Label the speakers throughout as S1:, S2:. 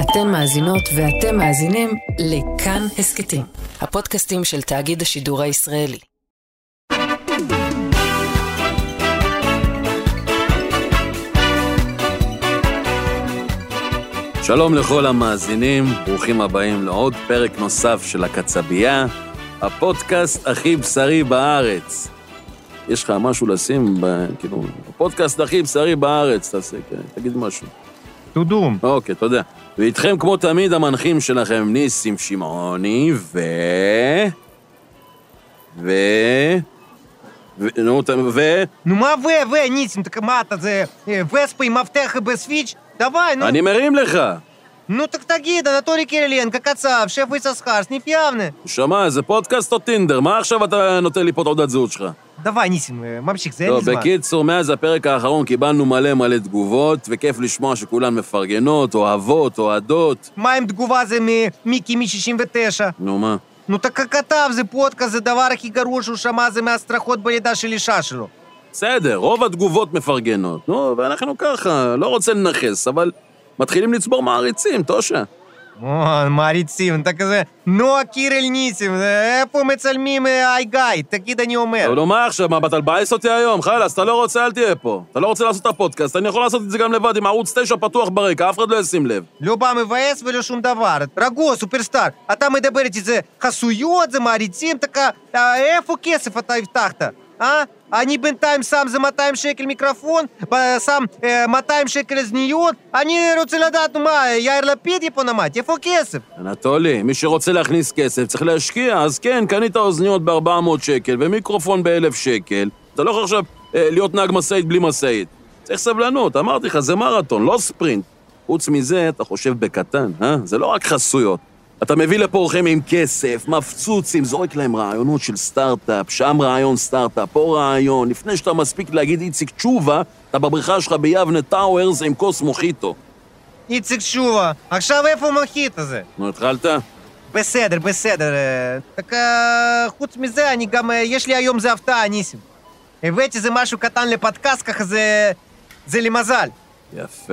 S1: אתן מאזינות ואתם מאזינים לכאן הסכתים, הפודקאסטים של תאגיד השידור הישראלי.
S2: שלום לכל המאזינים, ברוכים הבאים לעוד פרק נוסף של הקצבייה, הפודקאסט הכי בשרי בארץ. יש לך משהו לשים, ב... כאילו, הפודקאסט הכי בשרי בארץ, תעשה, כן, תגיד משהו.
S3: דודום.
S2: אוקיי, תודה. ואיתכם, כמו תמיד, המנחים שלכם, ניסים שמעוני, ו... ו... ו... נו, ת- ו...
S3: Ну, ма ве, ве, Ницин, так мата зе, э, Веспа и Мафтеха Бесвич. Давай, ну,
S2: אני מרים לך.
S3: ну так Тагида, Анатолий Кириленко, Кацав, шеф и Саскарс, не пьявны.
S2: שמע, זה פודקאסט או טינדר? מה עכשיו אתה נותן לי פה תעודת זהות שלך?
S3: Давай, Нисин, э, мамщик, за
S2: טוב, לא, בקיצור, מאז הפרק האחרון קיבלנו מלא מלא תגובות, וכיף לשמוע שכולן מפרגנות, אוהבות, אוהדות.
S3: Маем тгува за ми, Мики Мичищим Ветеша.
S2: נו, מה?
S3: Ну так Кокотав, за Потка, за Даварахи Горошу, Шамазами, Астрахот, Балидаш или Шашилу.
S2: בסדר, רוב התגובות מפרגנות. נו, ואנחנו ככה, לא רוצה לנכס, אבל מתחילים לצבור מעריצים, טושה.
S3: О, Марицим, так это... Ну, а Кириль Нисим, э, помецальмим, э, айгай, такида не умер.
S2: אבל נו, מה עכשיו? מה, אתה מבאס אותי היום? חלאס, אתה לא רוצה, אל תהיה פה. אתה לא רוצה לעשות את הפודקאסט, אני יכול לעשות את זה גם לבד עם ערוץ 9 פתוח ברקע, אף אחד לא ישים לב.
S3: Любам ВС ולא שום דבר. רגוע, סופרסטאר. אתה מדבר איתי זה חסויות, זה מעריצים, תקה... איפה כסף אתה הבטחת? אה? אני בינתיים שם זה 200 שקל מיקרופון, ב- שם אה, 200 שקל אזניות. אני רוצה לדעת מה, יאיר לפיד יפונמט, איפה כסף?
S2: אנטולי, מי שרוצה להכניס כסף צריך להשקיע, אז כן, קנית אוזניות ב-400 שקל ומיקרופון ב-1,000 שקל. אתה לא יכול עכשיו אה, להיות נהג משאית בלי משאית. צריך סבלנות, אמרתי לך, זה מרתון, לא ספרינט. חוץ מזה, אתה חושב בקטן, אה? זה לא רק חסויות. אתה מביא לפה אורחים עם כסף, מפצוצים, זורק להם רעיונות של סטארט-אפ, שם רעיון סטארט-אפ, פה רעיון. לפני שאתה מספיק להגיד איציק תשובה, אתה בבריכה שלך ביבנה טאוורס עם כוס מוחיטו.
S3: איציק שובה, עכשיו איפה מוחיט הזה?
S2: נו, התחלת?
S3: בסדר, בסדר. אה, רק אה, חוץ מזה, אני גם, אה, יש לי היום זה הפתעה, ניסים. הבאתי זה משהו קטן לפודקאסט, ככה זה... זה למזל.
S2: יפה,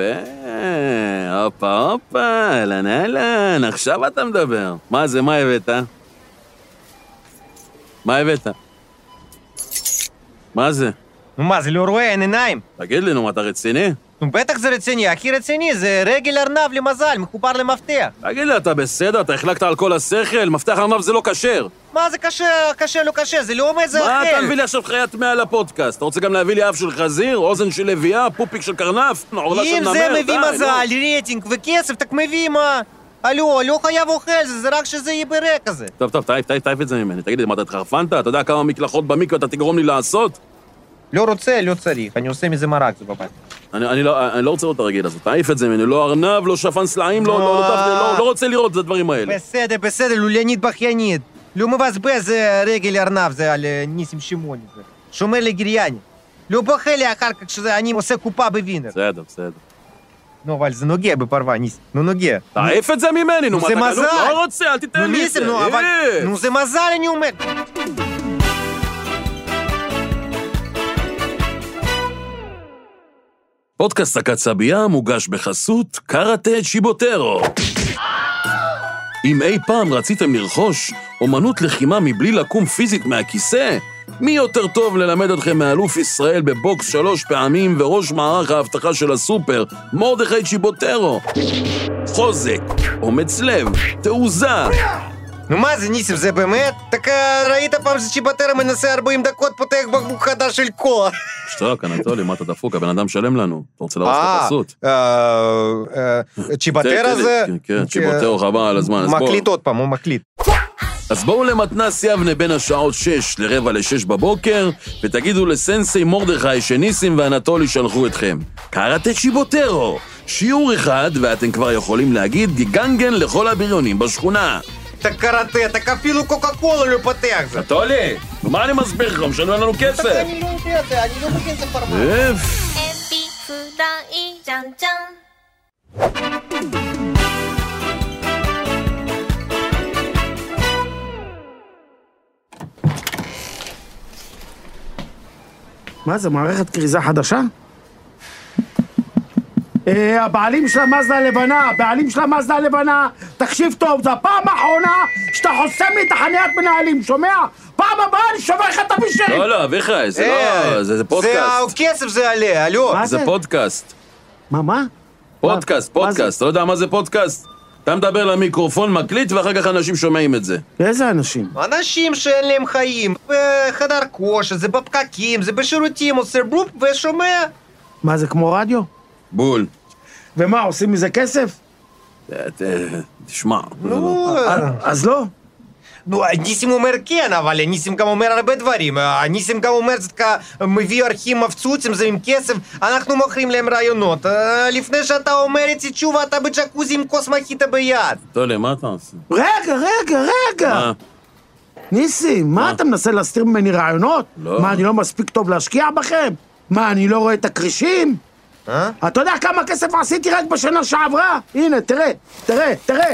S2: הופה הופה, אהלן אהלן, עכשיו אתה מדבר. מה זה, מה הבאת? מה הבאת? מה זה?
S3: נו מה, זה לא רואה, אין עיניים.
S2: תגיד לי, נו, מה, אתה רציני?
S3: נו בטח זה רציני, הכי רציני, זה רגל ארנב למזל, מחובר למפתח.
S2: תגיד לי, אתה בסדר? אתה החלקת על כל השכל? מפתח ארנב זה לא כשר.
S3: מה זה קשה, קשה, לא קשה, זה לאומי, זה
S2: מה
S3: אחר.
S2: אתה מביא לי עכשיו חיית מאה לפודקאסט? אתה רוצה גם להביא לי אף של חזיר, אוזן של לביאה, פופיק של קרנף? עורלה של
S3: אם
S2: נמר?
S3: זה מביא
S2: די, נו.
S3: מזל, רייטינג וכסף, так מביא מה. הלו, לא חייב אוכל, זה זה רק שזה יהיה ברקע זה.
S2: טוב, טוב, תעיף, תעיף, תעיף את זה ממני. תגיד לי, מה, אתה התחרפנת? אתה יודע כמה מקלחות במקווה אתה תגרום לי לעשות?
S3: לא רוצה, לא צריך, אני עושה מזה מרק, זה בבית.
S2: אני, אני, לא, אני לא רוצה לראות את הרגיל הזאת, תעיף את זה ממני, לא ארנב, לא שפן סלעים, לא, לא, לא, לא, לא, לא רוצה לראות את הדברים האלה.
S3: בסדר, בסדר, לולנית בכיינית. לא מבזבז אה, רגל ארנב, זה על אה, ניסים שמעוני. זה. שומר לגריאני. לא בוכה לי אחר כך שזה אני עושה קופה בווינר.
S2: בסדר, בסדר.
S3: נו, אבל זה נוגע בפרווה, ניסים. נו, נוגע.
S2: תעיף את זה ממני, נו,
S3: נו,
S2: מה
S3: זה
S2: אתה...
S3: מזל.
S2: לא, לא רוצה, אל
S3: נו,
S2: תיתן לי את זה.
S3: ניסים, נו, אבל...
S2: אה.
S3: נו, זה מזל, אני אומר.
S2: פודקאסט הקצבייה מוגש בחסות קראטה צ'יבוטרו. אם אי פעם רציתם לרכוש אומנות לחימה מבלי לקום פיזית מהכיסא, מי יותר טוב ללמד אתכם מאלוף ישראל בבוקס שלוש פעמים וראש מערך האבטחה של הסופר, מרדכי צ'יבוטרו? חוזק, אומץ לב, תעוזה.
S3: נו, מה זה, ניסים, זה באמת? так е, אה, ראית פעם שצ'יבטרה מנסה 40 דקות, פותח בקבוק חדש של קולה.
S2: שטרק, אנטולי, מה אתה דפוק? הבן אדם שלם לנו. אתה רוצה להרוס את
S3: אה,
S2: החסות?
S3: אה, אה, צ'יבטרה זה...
S2: כן, כן, צ'יבוטרו חבל על הזמן. אז בוא.
S3: מקליט עוד פעם, הוא מקליט.
S2: אז בואו למתנ"ס יבנה בין השעות 6 לרבע ל-6 בבוקר, ותגידו לסנסי מרדכי שניסים ואנטולי שלחו אתכם. קראטה צ'יבוטרו! שיעור אחד, ואתם כבר יכולים להגיד גיגנגן לכל הבריונים בשכונה.
S3: так карате, так афилу Кока-Колу или потекза.
S2: אנטולי, מה אני מסביר לך? משלמים לנו כסף.
S3: Они
S4: לא
S3: любят это, они любят это формат.
S2: איף.
S5: エビフライじゃんじゃん
S4: מה זה, מערכת כריזה חדשה? אה, הבעלים של המאזדה הלבנה, הבעלים של המאזדה הלבנה, תקשיב טוב, זו הפעם האחרונה שאתה חוסם לי את החניית מנהלים, שומע? פעם הבאה אני שובר לך את הבישל!
S2: לא, לא, אביחי, זה
S3: Е,
S2: לא... זה זה
S3: זה
S2: פודקאסט.
S3: האוקסף זה עלה, алло.
S4: אה, מה
S2: זה
S4: זה?
S2: פודקאסט.
S4: מה, מה?
S2: פודקאסט,
S4: מה זה?
S2: פודקאסט. אתה לא יודע מה זה פודקאסט? אתה מדבר למיקרופון, מקליט, ואחר כך אנשים שומעים את זה.
S4: איזה אנשים?
S3: אנשים שאין להם חיים, בחדר כושר, זה בפקקים, זה בשירותים, עושה בופ ושומע.
S4: מה, זה כמו רדיו?
S2: בול.
S4: ומה, עושים מזה כסף?
S2: אה, ת- תשמע. לא, Ну,
S3: נו,
S2: אה.
S4: אז לא.
S3: נו, ניסים אומר כן, אבל ניסים גם אומר הרבה דברים. אה, ניסים גם אומר, זה ככה, מביא ערכים מבסוטים, זה עם כסף, אנחנו מוכרים להם רעיונות. אה, לפני שאתה אומר את תשובה, אתה בג'קוזי עם כוס מחיטה ביד.
S2: טולי, מה אתה עושה?
S4: רגע, רגע, רגע.
S2: אה,
S4: ניסים, מה אתה מנסה להסתיר ממני רעיונות?
S2: לא.
S4: מה, אני לא מספיק טוב להשקיע בכם? מה, אני לא רואה את הכרישים?
S3: אה?
S4: אתה יודע כמה כסף עשיתי רק בשנה שעברה? הנה, תראה, תראה, תראה.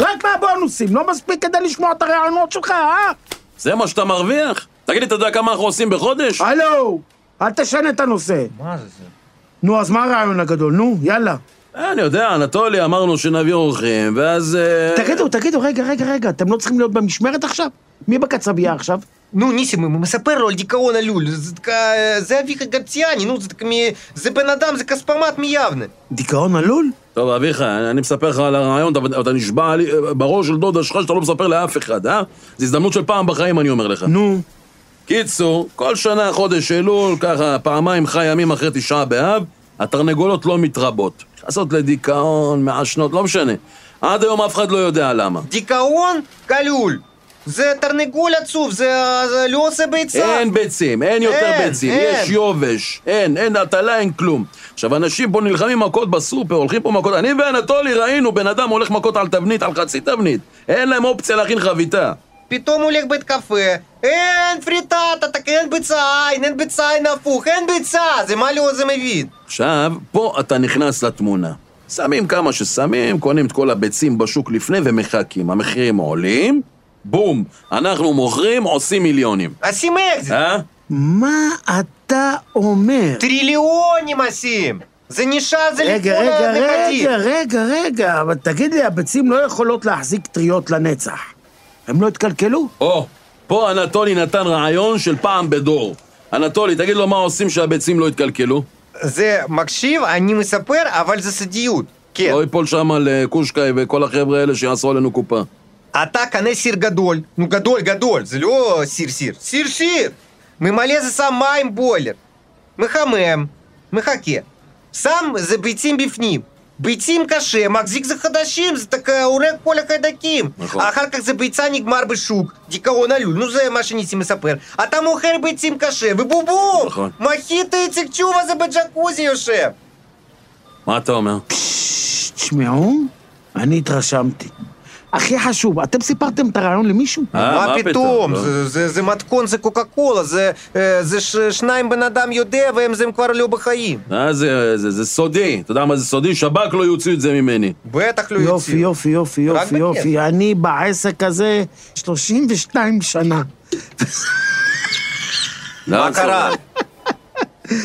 S4: רק מהבונוסים, לא מספיק כדי לשמוע את הרעיונות שלך, אה?
S2: זה מה שאתה מרוויח? תגיד לי, אתה יודע כמה אנחנו עושים בחודש?
S4: אה. הלו, אל תשנה את הנושא.
S3: מה זה זה?
S4: נו, אז מה הרעיון הגדול? נו, יאללה.
S2: אה, אני יודע, אנטולי, אמרנו שנביא אורחים, ואז... אה,
S4: תגידו, תגידו, רגע, רגע, רגע, אתם לא צריכים להיות במשמרת עכשיו? מי בקצבייה עכשיו?
S3: Ну, Нисим, ему מספר לו על דיכאון עלול. זה така, זה אביך גרציאני, נו, זה така מי... זה בן אדם, זה כספומט מיבנה.
S4: דיכאון עלול?
S2: טוב, אביחי, אני אני מספר לך על הרעיון, אתה- אתה נשבע לי אה, בראש של דודה שלך שאתה לא מספר לאף אחד, אה? זו הזדמנות של פעם בחיים, אני אומר לך.
S4: נו,
S2: קיצור, כל שנה חודש אלול, ככה פעמיים חי ימים אחרי תשעה באב, התרנגולות לא מתרבות. נכנסות לדיכאון, מעשנות, לא משנה. עד היום אף אחד לא יודע למה.
S3: דיכאון גלול. זה תרנגול עצוב, זה אה, זה לא עושה ביצה.
S2: אין ביצים, אין יותר
S3: אין,
S2: ביצים,
S3: אין.
S2: יש יובש, אין, אין הטלה, אין כלום. עכשיו, אנשים פה נלחמים מכות בסופר, הולכים פה מכות, אני ואנטולי ראינו, בן אדם הולך מכות על תבנית, על חצי תבנית. אין להם אופציה להכין חביתה.
S3: פתאום הולך בית קפה. אין פריטטה, так אין ביצה, אין, אין ביצה, אין הפוך, אין ביצה. זה מה לא זה מבין.
S2: עכשיו, פה אתה נכנס לתמונה. שמים כמה ששמים, קונים את כל הביצים בשוק לפני ומחכים. המחירים עולים, בום, אנחנו מוכרים, עושים מיליונים.
S3: עשים אקזיט.
S2: אה?
S4: מה אתה אומר?
S3: טריליונים עשים. זה נשאר, זה
S4: רגע,
S3: לכל
S4: רגע,
S3: הנכדים.
S4: רגע, רגע, רגע, אבל תגיד לי, הביצים לא יכולות להחזיק טריות לנצח. הם לא התקלקלו?
S2: או, פה אנטולי נתן רעיון של פעם בדור. אנטולי, תגיד לו מה עושים שהביצים לא יתקלקלו.
S3: זה מקשיב, אני מספר, אבל זה סודיות. כן.
S2: לא ייפול שם על אה, קושקאי וכל החבר'ה האלה שיעשו עלינו קופה.
S3: אתה קנה סיר גדול. נו, גדול, גדול. זה לא סיר-סיר. סיר-סיר! ממלא זה שם מים בוילר. מחמם, מחכה. שם זה ביצים בפנים. ביצים קשה, מחזיק זה חדשים, זה так, э, אה, הורג כל החיידקים.
S2: נכון.
S3: אחר כך זה ביצה נגמר בשוק, דיכאון עלול, נו זה מה שניסים מספר. אתה מוכר ביצים קשה, ובובום!
S2: נכון.
S3: מחיטה איציק תשובה זה בג'קוזי יושב.
S2: מה אתה אומר?
S4: תשמעו, אני התרשמתי. הכי חשוב, אתם סיפרתם את הרעיון למישהו?
S2: אה,
S3: מה פתאום?
S2: לא?
S3: זה- זה זה מתכון, זה קוקה קולה, זה אה, זה ש- שניים בן אדם יודע והם זה הם כבר לא בחיים.
S2: אה, זה, זה, זה סודי. אתה יודע מה זה סודי? שב"כ לא יוציאו את זה ממני.
S3: בטח לא
S4: יופי,
S3: יוציאו.
S4: יופי, יופי,
S3: רק
S4: יופי,
S3: בכיף.
S4: יופי. אני בעסק הזה 32 שנה.
S2: לא,
S3: מה
S2: אני
S3: קרה?
S2: סודי.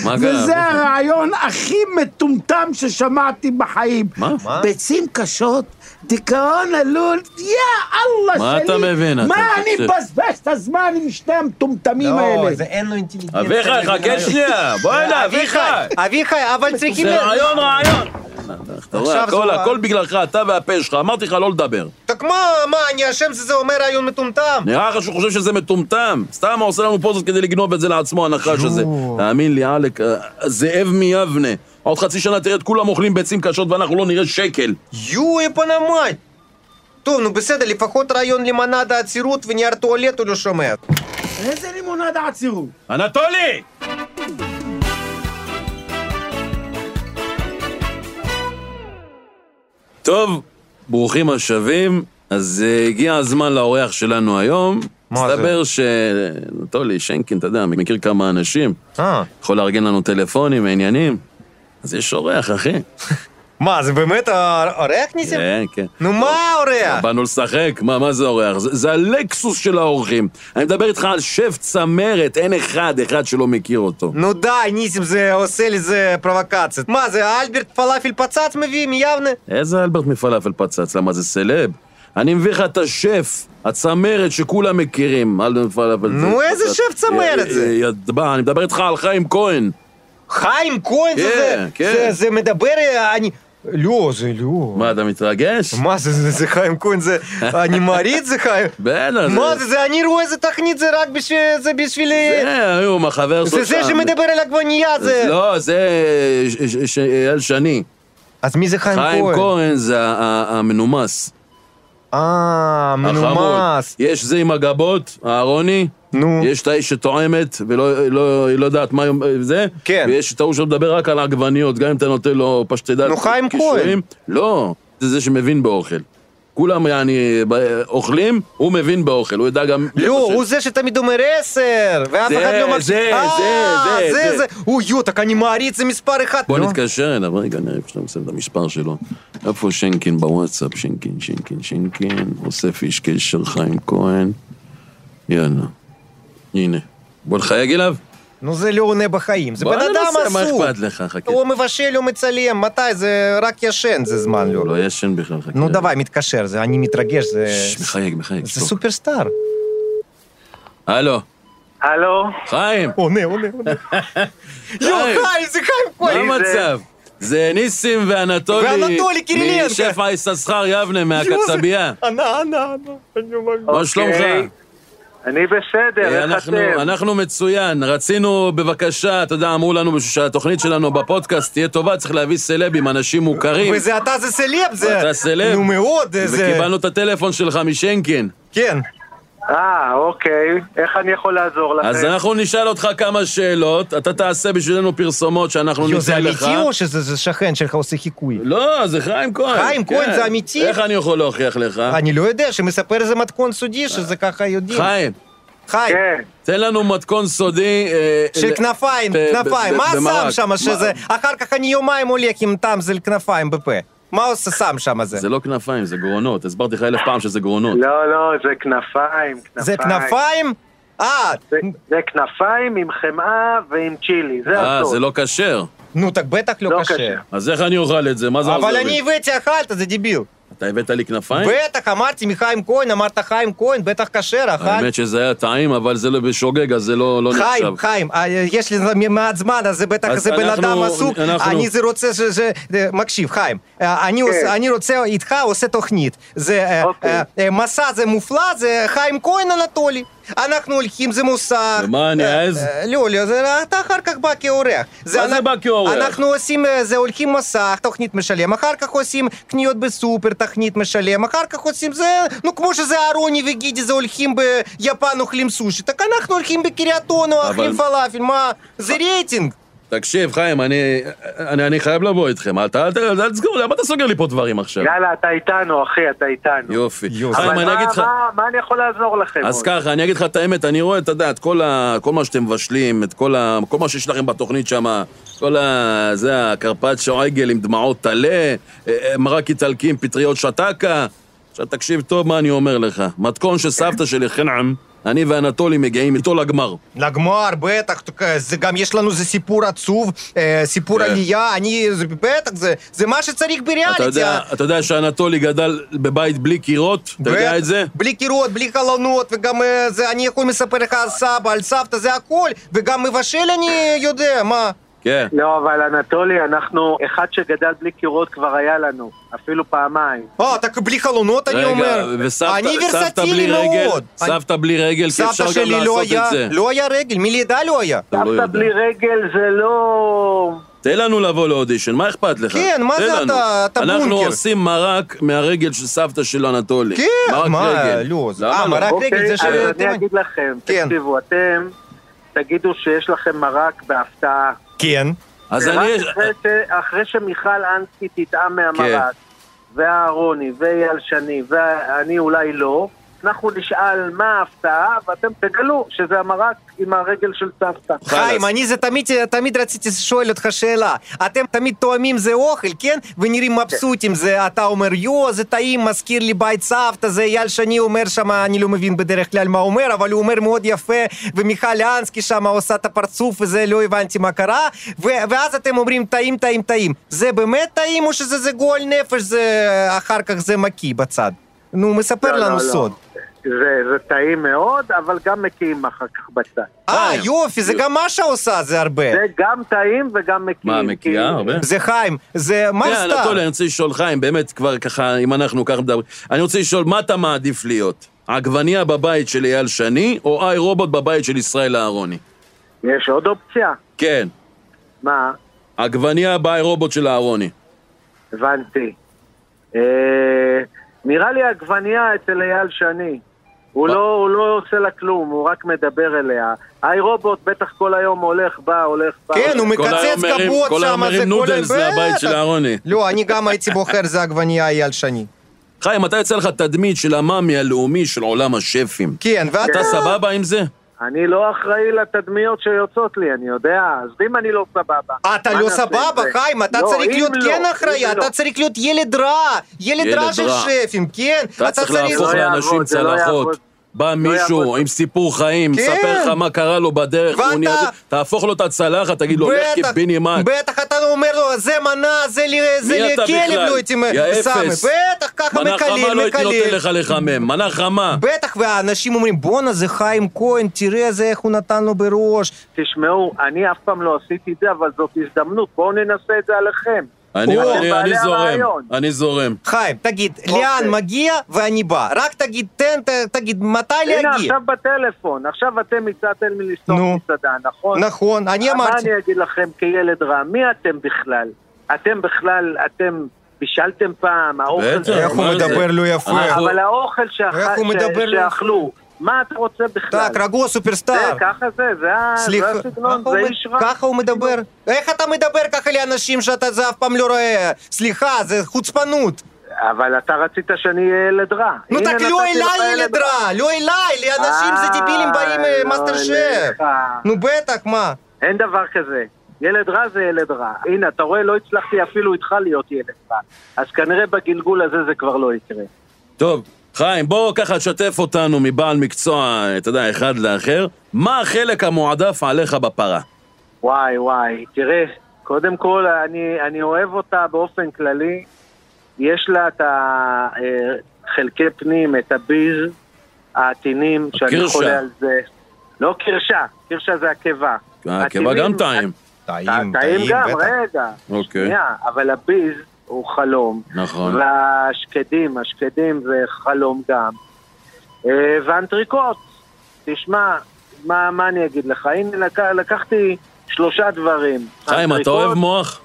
S2: מה קרה?
S4: וזה הרעיון הכי מטומטם ששמעתי בחיים.
S2: מה?
S3: מה?
S4: ביצים קשות, דיכאון עלול, יא אללה שלי.
S2: מה אתה מבין, אתה
S4: מה אני
S2: חושב?
S4: מבזבז את הזמן עם שני המטומטמים
S3: לא,
S4: האלה?
S3: זה אין לו אינטליגנציה.
S2: אביחי, חכה שנייה. בוא הנה, אביחי.
S3: אביחי, אבל צריכים...
S2: זה
S3: ל-
S2: רעיון, רעיון. אתה רואה,
S3: עכשיו
S2: הכל,
S3: זה-
S2: הכל בגללך, אתה והפה שלך. אמרתי לך לא לדבר.
S3: так מה, מה, אני אשם שזה אומר רעיון מטומטם?
S2: נראה לך שהוא חושב שזה מטומטם? סתם הוא עושה לנו פוזות כדי לגנוב את זה לעצמו, הנחש הזה. תאמין לי, עלק, אה, זאב מיבנה. עוד חצי שנה תראה את כולם אוכלים ביצים קשות ואנחנו לא נראה שקל.
S3: יואי פנמט. טוב, נו בסדר, לפחות רעיון לימונדה עצירות ונייר טואלט הוא לא שומע.
S4: איזה לימונדה עצירות.
S2: אנטולי! טוב, ברוכים השבים. אז אה, הגיע הזמן לאורח שלנו היום.
S3: מה זה?
S2: מסתבר ש... אנטולי, שנקין, אתה יודע, מכיר כמה אנשים.
S3: אה,
S2: יכול לארגן לנו טלפונים ועניינים. אז יש אורח, אחי.
S3: מה, זה באמת האור- אורח ניסים?
S2: כן, כן. לא
S3: נו, מה האורח?
S2: באנו לשחק, מה, מה זה אורח? זה, זה הלקסוס של האורחים. אני מדבר איתך על שף צמרת, אין אחד, אחד שלא מכיר אותו.
S3: Ну да, Нисим за Осели за провокации. Мазы, е, Альберт фалафель пацац мы видим явно.
S2: איזה אלברט מפלאפל פצץ? למה זה סלב? אני מביא לך את השף, הצמרת שכולם מכירים, אלברט מפלאפל
S3: נו, איזה שף צמרת זה?
S2: ידבע, אני מדבר איתך על חיים כהן.
S3: Хайм Коин
S2: Э,
S3: за-
S2: ке.
S3: за- за Медабери, они... Лё, за лё.
S2: מה, אתה מתרגש?
S3: Мазы за за Хайм Коин за... Они морит за Хайм.
S2: בטח. זה-
S3: Мазы за они руэ за тахнит за рак бешве- за бешвили.
S2: זה, היו, מה, חבר
S3: За
S2: שלו
S3: за же
S2: שם.
S3: Медабери е. лаквания за...
S2: לא, זה ש- ש- ש- אייל שני.
S3: А зми за Хайм
S2: חיים
S3: Коин.
S2: כהן זה ה- ה- המנומס.
S3: А,
S2: החמוד.
S3: Мнумас.
S2: יש זה עם הגבות, אהרוני.
S3: Ну.
S2: יש את האיש שטועמת ולא לא, היא לא יודעת מה יום- זה,
S3: כן.
S2: ויש את ההוא שמדבר רק על העגבניות, גם אם אתה נותן לו פשטדת
S3: נו, חיים
S2: כישורים. לא, זה זה שמבין באוכל. כולם יעני ב- אוכלים, הוא מבין באוכל, הוא ידע גם...
S3: לא, הוא זה שתמיד אומר עשר, ואף
S2: זה,
S3: אחד לא מקשיב.
S2: זה,
S3: אה,
S2: זה, זה,
S3: זה,
S2: זה.
S3: זה. הוא יוטק, אני מעריץ זה מספר אחד.
S2: בוא
S3: לא?
S2: נתקשר אליו, רגע, נראה איפה שאתה מסיים את המספר שלו. איפה שינקין בוואטסאפ, שינקין, שינקין, שינקין, אוסף איש קשר חיים כהן. יאללה. הנה. בוא נחייג אליו.
S3: נו זה לא עונה בחיים, זה
S2: בוא
S3: בן אדם
S2: ננסה, מה
S3: עשוי.
S2: אכפת לך? חכה.
S3: הוא מבשל, הוא מצלם, מתי? זה רק ישן, זה זמן לא.
S2: הוא לא ישן בכלל, חכה.
S3: נו דבר, מתקשר, זה אני מתרגש, זה...
S2: שש, מחייג, מחייג.
S3: זה
S2: טוב.
S3: סופרסטאר.
S2: הלו,
S6: הלו,
S2: חיים,
S3: עונה, עונה, עונה.
S2: חיים.
S3: יואו, חיים, זה חיים
S2: מה
S3: כהן.
S6: זה?
S2: המצב? זה ניסים ואנטולי.
S3: ואנטולי קיריленко.
S2: משף היששכר יבנה מהקצבייה.
S3: אנה, אנה, אנה, אני לא מאמין.
S2: מה שלומך? אה,
S6: אוקיי. אני בסדר, איך
S2: אנחנו,
S6: אתם?
S2: אנחנו מצוין, רצינו בבקשה, אתה יודע, אמרו לנו שהתוכנית שלנו בפודקאסט תהיה טובה, צריך להביא סלבים, אנשים מוכרים,
S3: וזה אתה זה סלב, זה...
S2: אתה סלב.
S3: נו מאוד, זה...
S2: וקיבלנו את הטלפון שלך משינקין.
S3: כן.
S6: אה, אוקיי. איך אני יכול לעזור לכם?
S2: אז אנחנו נשאל אותך כמה שאלות, אתה תעשה בשבילנו פרסומות שאנחנו
S3: יואו, זה
S2: ניתן לך.
S3: אמיתי או שזה זה שכן שלך עושה חיקוי?
S2: לא, זה חיים כהן. כן.
S3: חיים כהן, זה אמיתי?
S2: איך אני יכול להוכיח לך?
S3: אני לא יודע, שמספר איזה מתכון סודי, שזה ככה יודעים.
S2: חיים,
S3: חיים.
S6: כן.
S2: תן לנו מתכון סודי. אה,
S3: של
S2: ל-
S3: כנפיים,
S2: ב- ב-
S3: כנפיים,
S2: ב-
S3: מה
S2: במרק.
S3: שם שם
S2: מה-
S3: שזה? אחר כך אני יומיים הולך עם טאמזל כנפיים בפה. מה עושה שם שם זה?
S2: זה לא כנפיים, זה גרונות. הסברתי לך אלף פעם שזה גרונות.
S6: לא, לא, זה כנפיים, כנפיים.
S3: זה כנפיים? אה,
S6: זה- זה כנפיים עם חמאה ועם צ'ילי, זה
S2: אה,
S6: הסוד.
S2: זה לא כשר.
S3: נו, ну так בטח לא
S6: לא
S3: קשה.
S6: קשה.
S2: אז איך אני אוכל את זה? מה זה עוזר
S3: אבל
S2: לי?
S3: אני הבאתי אכלת, זה דיביל.
S2: אתה הבאת לי כנפיים?
S3: בטח, אמרתי מחיים כהן, אמרת חיים כהן, בטח כשר, אכל.
S2: האמת שזה היה טעים, אבל זה לא בשוגג, אז זה לא לא נחשב.
S3: חיים, חיים, אה, יש לי מעט זמן, אז זה בטח,
S2: אז
S3: זה בן
S2: אנחנו-
S3: אדם עסוק,
S2: אנחנו-
S3: אני זה רוצה, ש- ש- אה, מקשיב, חיים, אה, אני עושה- אני רוצה, איתך עושה תוכנית, זה אה,
S6: אוקיי.
S3: אה, אה, מסע זה מופלא, זה חיים כהן אנטולי, אנחנו הולכים, זה מוסך.
S2: ומה אני
S3: אה,
S2: אז?
S3: אה, לא, לא, זה- אתה אחר כך בא כאורח.
S2: מה זה
S3: אנ-
S2: בא כאורח?
S3: אנחנו עושים, אה, זה הולכים מסך, תוכנית משלם, אחר כך עושים קניות בסופר, תוכנית משלם, אחר כך עושים זה, נו כמו שזה אהרוני וגידי, זה הולכים ביפן אוכלים סושי, так אנחנו הולכים בקריית אונו, אוכלים פלאפל, מה? זה רייטינג.
S2: תקשיב, חיים, אני- אני אני חייב לבוא איתכם. אתה אל ת- אל תסגור, למה אתה סוגר לי פה דברים עכשיו?
S6: יאללה, אתה איתנו, אחי, אתה איתנו.
S2: יופי.
S3: יופי.
S2: חיים,
S6: אבל
S2: אני
S6: מה-
S2: אגיד לך...
S6: מה- מה אני יכול לעזור לכם?
S2: אז
S6: עוד?
S3: אוקיי.
S2: ככה, אני אגיד לך את האמת, אני רואה, אתה יודע, את כל, ה, כל מה שאתם מבשלים, את כל, ה, כל מה שיש לכם בתוכנית שם, כל ה... זה הקרפצ'ו עגל עם דמעות טלה, אה, אה, מרק איטלקי עם פטריות שטקה. עכשיו תקשיב טוב מה אני אומר לך. מתכון שסבתא שלי, חנעם, אני ואנטולי מגיעים איתו
S3: לא,
S2: לגמר.
S3: לגמר, בטח, תק- זה גם יש לנו זה סיפור עצוב, אה, סיפור
S2: כן.
S3: עלייה, אני, זה- בטח, זה- זה מה שצריך
S2: אתה
S3: בריאליטי.
S2: יודע, אתה יודע שאנטולי גדל בבית בלי קירות? אתה יודע
S3: בטח.
S2: את זה?
S3: בלי קירות, בלי חלונות, וגם אה, זה, אני יכול לספר לך על סבא, על סבתא, זה הכל, וגם מבשל אני יודע, מה?
S2: כן.
S6: לא, אבל אנטולי, אנחנו, אחד שגדל בלי קירות כבר היה לנו, אפילו פעמיים.
S3: אה, אתה בלי חלונות, אני
S2: רגע,
S3: אומר.
S2: וסבתא
S3: אני
S2: סבתא
S3: ורסטילי
S2: בלי רגל,
S3: מאוד.
S2: סבתא בלי רגל, כי אפשר
S3: סבתא
S2: גם
S3: שלי לא
S2: לעשות
S3: היה,
S2: את זה.
S3: לא היה רגל, מלידה לא היה.
S2: אתה לא
S6: סבתא
S2: יודע.
S6: בלי רגל זה לא...
S2: תן לנו לבוא לאודישן, מה אכפת לך?
S3: כן, מה
S2: תן
S3: זה
S2: לנו.
S3: אתה- אתה
S2: אנחנו
S3: בונקר.
S2: עושים מרק מהרגל של סבתא של אנטולי.
S3: כן,
S2: מרק
S3: מה,
S2: רגל.
S3: לא, זה-
S2: למה
S3: אה,
S2: לא?
S3: מרק רגל
S6: אוקיי,
S3: זה
S6: אז
S3: של...
S6: אני אגיד לכם,
S3: כן.
S6: תקשיבו, אתם תגידו שיש לכם מרק בהפתעה.
S3: כן.
S2: אז
S6: ורק
S2: אני... יש-
S6: אחרי ש- אחרי שמיכל אנסקי
S2: כן.
S6: תטעם מהמרק, ואהרוני, ואייל שני, ואני אולי לא, אנחנו נשאל מה ההפתעה, ואתם תגלו שזה המרק עם הרגל של סבתא.
S3: חיים, אני זה תמיד, תמיד רציתי לשאול אותך שאלה. אתם תמיד תואמים זה אוכל, כן? ונראים מבסוטים. זה אתה אומר, יו, זה טעים, מזכיר לי בית סבתא, זה אייל שני אומר שם, אני לא מבין בדרך כלל מה הוא אומר, אבל הוא אומר מאוד יפה, ומיכל אנסקי שם עושה את הפרצוף, וזה לא הבנתי מה קרה, ו- ואז אתם אומרים, טעים, טעים, טעים. זה באמת טעים, או שזה זה גועל נפש, זה אחר כך זה מקיא בצד? נו, מספר
S6: לא,
S3: לנו
S6: לא, לא.
S3: סוד.
S6: זה, זה טעים מאוד, אבל גם מקים אחר כך בצד.
S3: אה, יופי, זה גם משה עושה, זה הרבה.
S6: זה גם טעים וגם מקים.
S2: מה, מקיאה הרבה?
S3: זה חיים, זה מה
S2: כן,
S3: סתם?
S2: אנטולי, אני רוצה לשאול חיים, באמת כבר ככה, אם אנחנו ככה מדברים, אני רוצה לשאול, מה אתה מעדיף להיות? עגבנייה בבית של אייל שני, או איי רובוט בבית של ישראל אהרוני?
S6: יש עוד אופציה?
S2: כן,
S6: מה?
S2: עגבנייה באיי רובוט של אהרוני.
S6: הבנתי. אה, נראה לי עגבנייה אצל אייל שני. הוא
S2: מה?
S6: לא, הוא לא עושה לה כלום, הוא רק מדבר אליה. איי רובוט בטח כל היום הולך, בא, הולך, בא.
S3: כן, הוא
S6: הולך.
S2: כל
S3: מקצץ
S2: היום מרים-
S3: גבות
S2: כל היום
S3: שם, זה
S2: מרים נודלס
S3: בטח.
S2: לבית של אהרוני.
S3: לא, אני גם הייתי בוחר זה עגבנייה אייל שני.
S2: חיים, מתי יצא לך תדמית של המאמי הלאומי של עולם השפים?
S3: כן, ואתה...
S2: אתה סבבה עם זה?
S6: אני לא אחראי לתדמיות שיוצאות לי, אני יודע. אז אם אני לא סבבה.
S3: אתה
S6: מה
S3: לא
S6: נעשה עם
S3: סבבה,
S6: זה?
S3: חיים, אתה
S6: לא,
S3: צריך
S6: אם
S3: להיות
S6: לא,
S3: כן
S6: אם
S3: אחראי,
S6: לא.
S3: אתה צריך להיות ילד רע, ילד
S2: ילד
S3: רע של
S2: רע.
S3: שפים, כן?
S2: אתה צריך להפוך
S6: זה לא
S2: לאנשים
S6: יעבוד, זה לא
S2: צלחות.
S6: יעבוד.
S2: בא מישהו
S6: יעבוד.
S2: עם סיפור חיים,
S3: כן.
S2: מספר לך מה קרה לו בדרך,
S3: ואתה-
S2: הוא נהיה... תהפוך לו את הצלחת, תגיד לו, לך
S3: בטח,
S2: קיבינימט.
S3: בטח אתה אומר לו, זה מנה, זה ל- זה
S2: מי אתה
S3: לכלב
S2: בכלל?
S3: לא הייתי
S2: יא
S3: שם,
S2: אפס.
S3: בטח ככה
S2: מנה חמה
S3: מקלל,
S2: לא הייתי נותן
S3: מקלל.
S2: לך לחמם, מנה חמה.
S3: בטח, והאנשים אומרים, בואנה זה חיים כהן, תראה איזה איך הוא נתן לו בראש.
S6: תשמעו, אני אף פעם לא עשיתי את זה, אבל זאת הזדמנות. בואו ננסה את זה עליכם.
S2: אני-
S3: או,
S2: אני-
S6: בעלי
S2: אני זורם,
S6: הרעיון.
S2: אני זורם.
S3: חיים, תגיד, לאן מגיע ואני בא. רק תגיד, תן, ת- תגיד, מתי
S6: הנה,
S3: להגיע.
S6: עכשיו בטלפון. עכשיו אתם הצעתם לי לפתוח
S3: נו.
S6: מסעדה, נכון?
S3: נכון, אני
S6: מה
S3: אמרתי.
S6: אני אגיד לכם כילד רע? מי אתם בכלל? אתם בכלל, אתם בישלתם פעם, האוכל...
S2: בטח,
S6: ש-
S3: איך הוא
S2: מה זה?
S3: מדבר לא יפה.
S2: אנחנו-
S6: אבל האוכל שאכ-
S3: איך הוא
S6: ש-
S3: מדבר לא
S6: שאכלו, מה אתה רוצה בכלל?
S3: Так, Раго,
S6: זה
S3: суперстар.
S6: ככה זה, זה ה- זה
S3: סליחה,
S6: הסגנון,
S3: ככה
S6: זה
S3: הוא-
S6: איש רע.
S3: ככה הוא מדבר? איך אתה מדבר ככה לאנשים שאתה זה אף פעם לא רואה? סליחה, זה חוצפנות.
S6: אבל אתה רצית שאני אהיה ילד רע.
S3: נו
S6: הנה,
S3: תק, לא
S6: נתתי לך
S3: אליי ילד רע, לא אליי, לאנשים זה דיבילים באים אה,
S6: אה,
S3: מאסטר
S6: לא
S3: שף.
S6: אליך.
S3: נו בטח, מה?
S6: אין דבר כזה. ילד רע זה ילד רע. הנה, אתה רואה, לא הצלחתי אפילו איתך להיות ילד רע. אז כנראה בגלגול הזה זה כבר לא יקרה.
S2: טוב, חיים, בוא ככה תשתף אותנו מבעל מקצוע, אתה יודע, אחד לאחר. מה החלק המועדף עליך בפרה?
S6: וואי, וואי, תראה, קודם כל, אני, אני אוהב אותה באופן כללי. יש לה את החלקי פנים, את הביז, העטינים, שאני
S2: הקירשה.
S6: חולה על זה. לא קרשה, קרשה זה הקיבה.
S3: אה,
S2: הקיבה אה, גם טעים.
S6: טעים, טעים גם, רגע.
S2: אוקיי.
S6: שנייה, אבל הביז הוא חלום.
S2: נכון.
S6: והשקדים, השקדים זה חלום גם. אה, והאנטריקוט, תשמע, מה, מה אני אגיד לך? הנה, לק, לקחתי שלושה דברים.
S2: חיים, אתה
S6: אנטריקוט,
S2: אוהב מוח?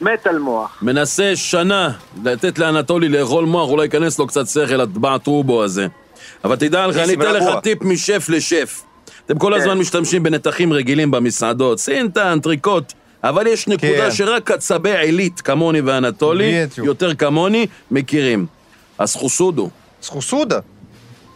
S6: מת על מוח.
S2: מנסה שנה לתת לאנטולי לאכול מוח, אולי ייכנס לו קצת שכל, הטבע הטורבו הזה. אבל תדע לך, אני
S3: ניסים
S2: אתן לך
S3: רגוע.
S2: טיפ משף לשף. אתם כל הזמן משתמשים בנתחים רגילים במסעדות, סינטה, אנטריקוט, אבל יש נקודה
S3: כן.
S2: שרק עצבי עילית כמוני ואנטולי,
S3: בדיוק.
S2: יותר כמוני, מכירים. הסחוסודו.
S3: סחוסודה?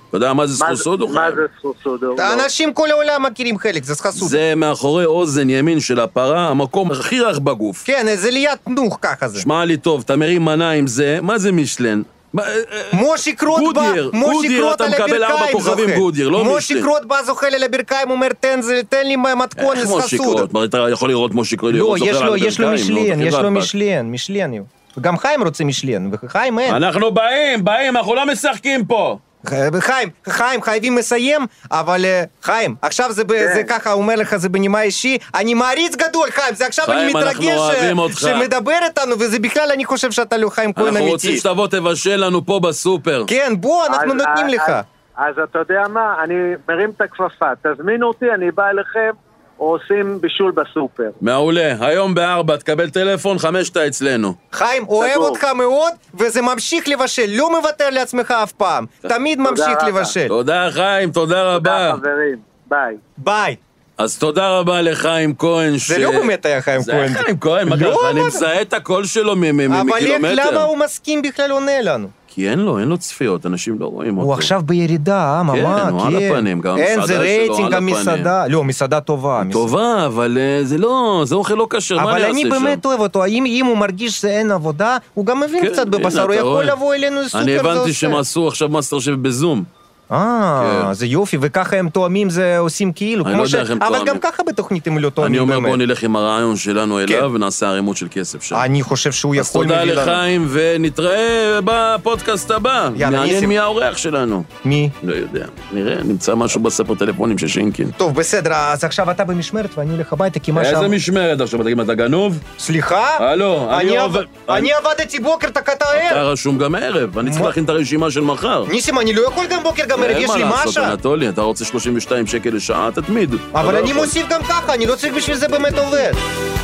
S2: אתה יודע מה זה
S6: מה זה-
S2: סחוסודו?
S6: מה
S2: חיים?
S6: זה סחוסודו? לא.
S3: אנשים כל העולם מכירים חלק, זה סחסודה.
S2: זה מאחורי אוזן ימין של הפרה, המקום הכי רך בגוף.
S3: כן, זה ליד נוח ככה זה.
S2: שמע לי טוב, אתה מרים מנה עם זה, מה זה מישלן? מה, אה, אה,
S3: מושיק רוט בא,
S2: גודיר,
S3: מושיק
S2: גודיר,
S3: רוט
S2: אתה
S3: על
S2: מקבל ארבע
S3: הברכיים
S2: כוכבים,
S3: זוחל.
S2: גודיר, לא
S3: מושיק
S2: מישלן.
S3: רוט בא זוחל על הברכיים, אומר תן זה- תן לי מתכון
S2: אה, איך מושיק
S3: לסחסוד.
S2: רוט? מה, אתה יכול לראות מושיק רוט,
S3: לא,
S2: לראות
S3: יש
S2: זוכר
S3: לו,
S2: על
S3: יש לו
S2: הברכיים,
S3: משלן,
S2: נו,
S3: יש
S2: בחייאת
S3: לו
S2: לא בת.
S3: משלן, משלן. הוא. גם חיים רוצה משלן, וחיים אין.
S2: אנחנו באים, באים, אנחנו לא משחקים פה.
S3: ח- חיים, חיים, חייבים לסיים, אבל אה, חיים, עכשיו זה ב- זה ככה אומר לך, זה בנימה אישי, אני מעריץ גדול, חיים, זה עכשיו אני
S2: חיים, אנחנו
S3: מתרגש ש-
S2: אוהבים אותך.
S3: שמדבר איתנו, וזה בכלל, אני חושב שאתה לא חיים כהן
S2: אנחנו רוצים
S3: אמיתי.
S2: שתבוא תבשל לנו פה בסופר.
S3: כן, בוא, אנחנו
S6: אז-
S3: נותנים
S6: אז-
S3: לך.
S6: אז- אז אתה יודע מה, אני מרים את הכפפה, תזמינו אותי, אני בא אליכם, או עושים בישול בסופר.
S2: מעולה, היום בארבע תקבל טלפון, חמש אתה אצלנו.
S3: חיים, אוהב
S6: סגור.
S3: אותך מאוד, וזה ממשיך לבשל, לא מוותר לעצמך אף פעם, תמיד ממשיך
S6: רבה.
S3: לבשל.
S2: תודה חיים, תודה רבה.
S6: תודה, חברים, ביי.
S3: ביי.
S2: אז תודה רבה לחיים כהן. ש-
S3: זה לא באמת היה חיים
S2: זה היה
S3: כהן.
S2: חיים כהן, מה
S3: לא,
S2: קרה? לך? אני
S3: אבל-
S2: מזהה את הקול שלו מ- מ- מ-
S3: אבל איך- למה
S2: מקילומטר.
S3: הוא מסכים בכלל עונה לנו?
S2: כי אין לו, אין לו צפיות, אנשים לא רואים אותו.
S3: הוא עכשיו בירידה, אה, ממש,
S2: כן, הוא על הפנים, גם
S3: אין,
S2: המסעדה
S3: זה
S2: שלו
S3: רייטינג
S2: על הפנים.
S3: המסעדה. לא, מסעדה טובה. מסעדה.
S2: טובה, אבל אה, זה לא, זה אוכל לא כשר, מה
S3: אבל
S2: אני אעשה
S3: אני
S2: שם?
S3: באמת אוהב אותו, אם אם הוא מרגיש שאין עבודה, הוא גם מבין
S2: כן,
S3: קצת
S2: הנה,
S3: בבשר,
S2: אתה
S3: הוא יכול
S2: רואה.
S3: לבוא אלינו לסופר.
S2: אני
S3: זה
S2: הבנתי
S3: עושה.
S2: שהם עשו עכשיו מאסטר שף בזום.
S3: אה,
S2: כן.
S3: זה יופי, וככה הם תואמים, זה עושים כאילו,
S2: אני
S3: כמו
S2: לא
S3: ש...
S2: יודע איך הם
S3: אבל
S2: תואמים.
S3: גם ככה בתוכנית הם לא
S2: אני
S3: תואמים
S2: אומר, בואו
S3: באמת.
S2: נלך עם הרעיון שלנו אליו
S3: כן.
S2: ונעשה ערימות של כסף שם.
S3: אני חושב שהוא
S2: אז
S3: יכול...
S2: תודה
S3: מביא לנו.
S2: לחיים, ונתראה בפודקאסט הבא.
S3: יאללה,
S2: מעניין
S3: ניסים.
S2: מי האורח שלנו.
S3: מי?
S2: לא יודע, נראה, נמצא משהו בספר טלפונים של שינקין.
S3: טוב, בסדר, אז עכשיו אתה במשמרת ואני הולך הביתה, כי מה שם... כן.
S2: איזה משמרת עכשיו, תגיד, אתה גנוב?
S3: סליחה?
S2: הלו, אני
S3: אני
S2: עובד...
S3: עב- אני עבדתי בוקר, אתה קטע
S2: אתה
S3: ער.
S2: רשום גם ערב, אני צריך
S3: מה?
S2: להכין את הרשימה של מחר.
S3: ניסים, אני לא יכול גם בוקר, גם ערב, יש לי
S2: אין מה לעשות,
S3: משה.
S2: אנטולי, אתה רוצה 32 שקל לשעה, תתמיד. אתה
S3: אבל
S2: לא
S3: אני
S2: יכול.
S3: מוסיף גם ככה, אני לא צריך בשביל זה באמת עובד.